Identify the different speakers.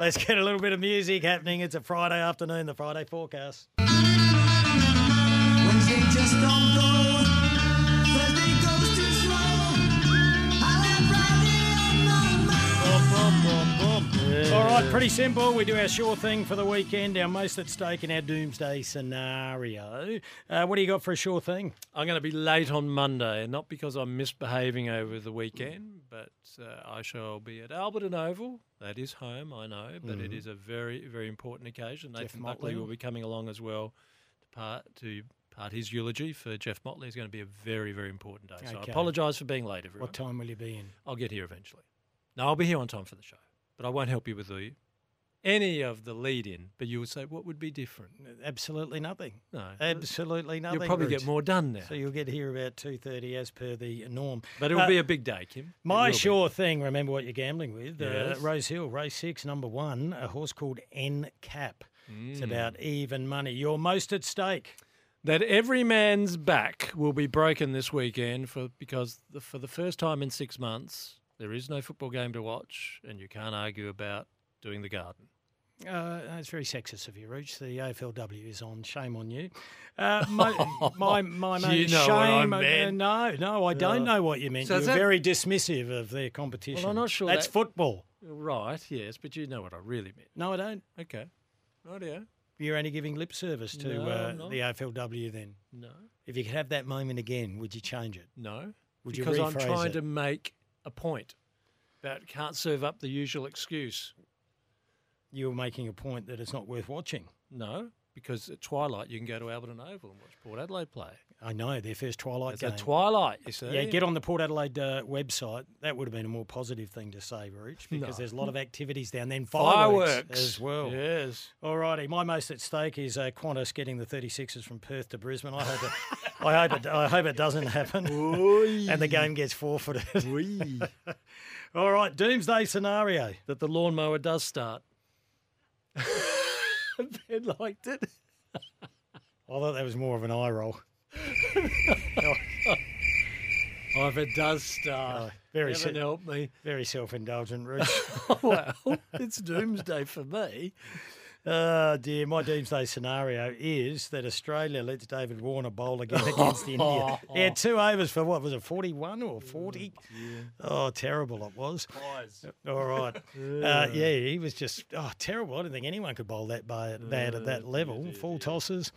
Speaker 1: Let's get a little bit of music happening. It's a Friday afternoon, the Friday forecast.
Speaker 2: Wednesday just don't go. Thursday goes too slow. I'll have Friday on my mind.
Speaker 1: All right, pretty simple. We do our sure thing for the weekend, our most at stake in our doomsday scenario. Uh, what do you got for a sure thing?
Speaker 3: I'm going to be late on Monday, and not because I'm misbehaving over the weekend, but uh, I shall be at Alberton Oval. That is home, I know, but
Speaker 1: Mm-hmm.
Speaker 3: it is a very, very important occasion. Nathan Buckley
Speaker 1: Motley.
Speaker 3: will be coming along as well to part to part his eulogy for Jeff Motley. It's going to be a very, very important day. So I
Speaker 1: Okay.
Speaker 3: apologise for being late, everyone.
Speaker 1: What time will you be in?
Speaker 3: I'll get here eventually. No, I'll be here on time for the show, but I won't help you with the any of the lead-in. But you would say, what would be different?
Speaker 1: Absolutely nothing.
Speaker 3: No,
Speaker 1: Absolutely nothing.
Speaker 3: you'll probably get
Speaker 1: Bruce.
Speaker 3: more done now.
Speaker 1: So you'll get here about 2.30 as per the norm.
Speaker 3: but it will
Speaker 1: Uh,
Speaker 3: be a big day, Kim. It will
Speaker 1: My
Speaker 3: be.
Speaker 1: sure thing, remember what you're gambling with. Uh,
Speaker 3: Yes.
Speaker 1: Rose Hill, race six, number one, a horse called N Cap. It's
Speaker 3: Hmm.
Speaker 1: about even money. Your most at stake.
Speaker 3: that every man's back will be broken this weekend for because the, for the first time in six months there is no football game to watch and you can't argue about doing the garden.
Speaker 1: Uh, it's very sexist of you, Rich. The AFLW is on. Shame on you. Uh, my, my, my,
Speaker 3: You
Speaker 1: mate,
Speaker 3: know what
Speaker 1: shame.
Speaker 3: I
Speaker 1: uh,
Speaker 3: meant.
Speaker 1: no, no, I don't
Speaker 3: Uh,
Speaker 1: know what you meant.
Speaker 3: So
Speaker 1: you
Speaker 3: is
Speaker 1: were
Speaker 3: that-
Speaker 1: very dismissive of their competition.
Speaker 3: not sure
Speaker 1: That's
Speaker 3: that-
Speaker 1: football.
Speaker 3: Right, yes, but you know what I really meant.
Speaker 1: No, I don't.
Speaker 3: Okay. Right, yeah.
Speaker 1: You're only giving lip service to
Speaker 3: No, I'm
Speaker 1: uh,
Speaker 3: not.
Speaker 1: the AFLW then.
Speaker 3: No.
Speaker 1: If you could have that moment again, would you change it?
Speaker 3: No.
Speaker 1: Would you
Speaker 3: because I'm
Speaker 1: rephrase
Speaker 3: trying
Speaker 1: it?
Speaker 3: to make a point about can't serve up the usual excuse.
Speaker 1: You were making a point that it's not worth watching.
Speaker 3: No, because at twilight you can go to Alberton Oval and watch Port Adelaide play.
Speaker 1: I know their first Twilight
Speaker 3: It's
Speaker 1: game.
Speaker 3: at twilight, you see.
Speaker 1: yeah, get on the Port Adelaide uh, website. That would have been a more positive thing to say, Rich, because
Speaker 3: No.
Speaker 1: there's a lot of activities down there. and Fireworks,
Speaker 3: fireworks,
Speaker 1: as well.
Speaker 3: Yes.
Speaker 1: All righty, my most at stake is uh, Qantas getting the 36s from Perth to Brisbane. I hope it, I hope it, I hope it doesn't happen, and the game gets forfeited. All right, doomsday scenario.
Speaker 3: that the lawnmower does start. ben liked it.
Speaker 1: I thought that was more of an eye roll.
Speaker 3: Oh, if it does start,
Speaker 1: Oh, very
Speaker 3: heaven
Speaker 1: si-
Speaker 3: help me.
Speaker 1: Very self-indulgent, Rich.
Speaker 3: well, it's doomsday for me.
Speaker 1: Oh dear, my doomsday scenario is that Australia lets David Warner bowl again against India. Yeah, two overs for what was it, forty-one or forty? Oh, terrible it was. All right, uh, yeah, he was just oh terrible. I don't think anyone could bowl that by, bad at that level. Full tosses.